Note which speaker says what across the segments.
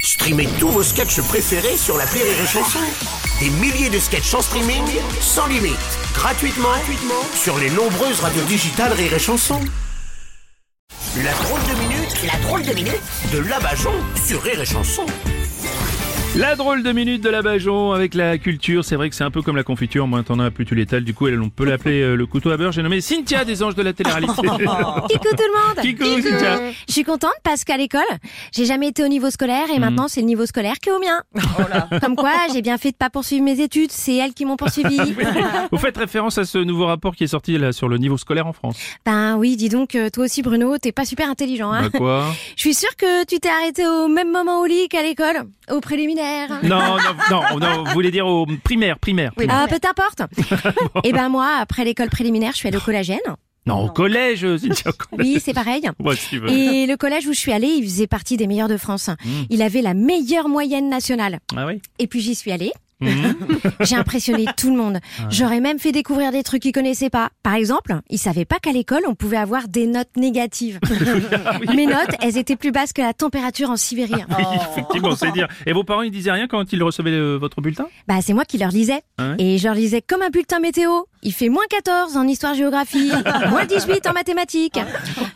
Speaker 1: Streamez tous vos sketchs préférés sur la Rire et Chanson. Des milliers de sketchs en streaming, sans limite, gratuitement, gratuitement sur les nombreuses radios digitales Rire et Chanson. La drôle de minute, la drôle de minute de Labajon sur Rire et Chanson.
Speaker 2: La drôle de minute de la Bajon avec la culture, c'est vrai que c'est un peu comme la confiture, moins t'en as plus tu l'étales, du coup elle, on peut l'appeler euh, le couteau à beurre, j'ai nommé Cynthia des anges de la télé-réalité.
Speaker 3: Kikou tout le monde
Speaker 2: Kikou, Cynthia.
Speaker 3: Je suis contente parce qu'à l'école, j'ai jamais été au niveau scolaire
Speaker 2: Hmm.
Speaker 3: et maintenant c'est le niveau scolaire qui est au mien.
Speaker 2: Oh
Speaker 3: Comme quoi, j'ai bien fait de pas poursuivre mes études, c'est elles qui m'ont poursuivi.
Speaker 2: Vous faites référence à ce nouveau rapport qui est sorti là sur le niveau scolaire en France.
Speaker 3: ben oui, dis donc, euh, toi aussi Bruno, t'es pas super intelligent. Hein
Speaker 2: Bah quoi
Speaker 3: Je suis sûre que tu t'es arrêté au même moment au lit qu'à l'école, au préliminaire.
Speaker 2: Non, non, non, non, vous voulez dire au primaire, primaire. primaire.
Speaker 3: Ah, peu t'importe. et ben moi, après l'école préliminaire, je suis allée au collagène.
Speaker 2: Ah, Non, au collège, Cynthia, au collège.
Speaker 3: Oui, c'est pareil.
Speaker 2: Moi, si tu veux.
Speaker 3: Et le collège où je suis allée, il faisait partie des meilleurs de France.
Speaker 2: Hmm.
Speaker 3: Il avait la meilleure moyenne nationale.
Speaker 2: Ah oui Oh.
Speaker 3: Et puis j'y suis allée.
Speaker 2: Mmh.
Speaker 3: J'ai impressionné tout le monde.
Speaker 2: Ah
Speaker 3: J'aurais même fait découvrir des trucs qu'ils connaissaient pas. Par exemple, ils savaient pas qu'à l'école on pouvait avoir des notes négatives. Mes notes, elles étaient plus basses que la température en Sibérie.
Speaker 2: Oui, Effectivement, c'est dire. Et vos parents, ils disaient rien quand ils recevaient euh, votre bulletin
Speaker 3: Bah c'est moi qui leur lisais
Speaker 2: Ah ouais
Speaker 3: et je leur lisais comme un bulletin météo. Il fait moins 14 en histoire-géographie, moins 18 en mathématiques.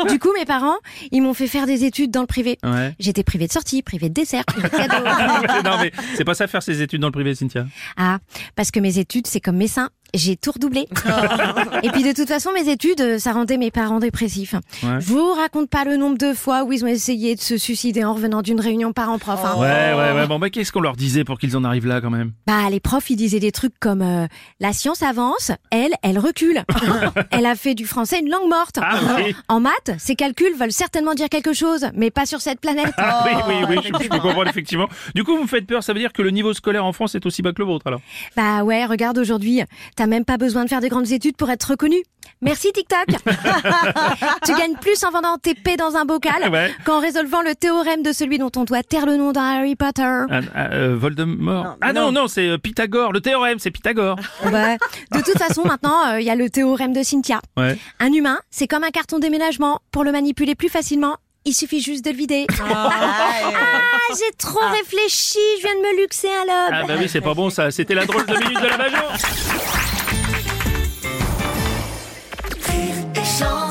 Speaker 3: Du coup, mes parents, ils m'ont fait faire des études dans le privé.
Speaker 2: Ouais.
Speaker 3: J'étais privée de sortie, privée de dessert, privée de cadeaux.
Speaker 2: non, mais c'est pas ça faire ses études dans le privé, Cynthia.
Speaker 3: Ah, parce que mes études, c'est comme mes seins. J'ai tout redoublé. Et puis de toute façon, mes études, euh, ça rendait mes parents dépressifs.
Speaker 2: Ouais.
Speaker 3: Je vous raconte pas le nombre de fois où ils ont essayé de se suicider en revenant d'une réunion parents-prof. hein.
Speaker 2: Ouais, ouais, ouais. Bon, bah, qu'est-ce qu'on leur disait pour qu'ils en arrivent là, quand même
Speaker 3: Bah, les profs, ils disaient des trucs comme euh, la science avance, elle, elle recule. elle a fait du français une langue morte.
Speaker 2: Ah oui.
Speaker 3: En maths, ses calculs veulent certainement dire quelque chose, mais pas sur cette planète.
Speaker 2: Ah oui, oui, oui, je- je, peux comprendre, effectivement. Du coup, vous me faites peur, ça veut dire que le niveau scolaire en France est aussi bas que le vôtre, alors
Speaker 3: Bah ouais, regarde aujourd'hui, t'as même pas besoin de faire des grandes études pour être reconnu. Merci TikTok. tu gagnes plus en vendant tes paix dans un bocal
Speaker 2: Ah Ouais.
Speaker 3: qu'en résolvant le théorème de celui dont on doit taire le nom dans Harry Potter.
Speaker 2: Ah, ah, euh, Voldemort. ah non, Ah. non, c'est euh, Pythagore, le théorème, c'est Pythagore.
Speaker 3: Ouais. Bah, De toute façon, maintenant, euh, il y a le théorème de Cynthia.
Speaker 2: Ouais.
Speaker 3: Un humain, c'est comme un carton déménagement. Pour le manipuler plus facilement, il suffit juste de le vider. ah, j'ai trop réfléchi, je viens de me luxer un lobe.
Speaker 2: Ah bah oui, c'est pas bon ça, c'était la drôle de minute de la Bajon
Speaker 4: Rire et chanson.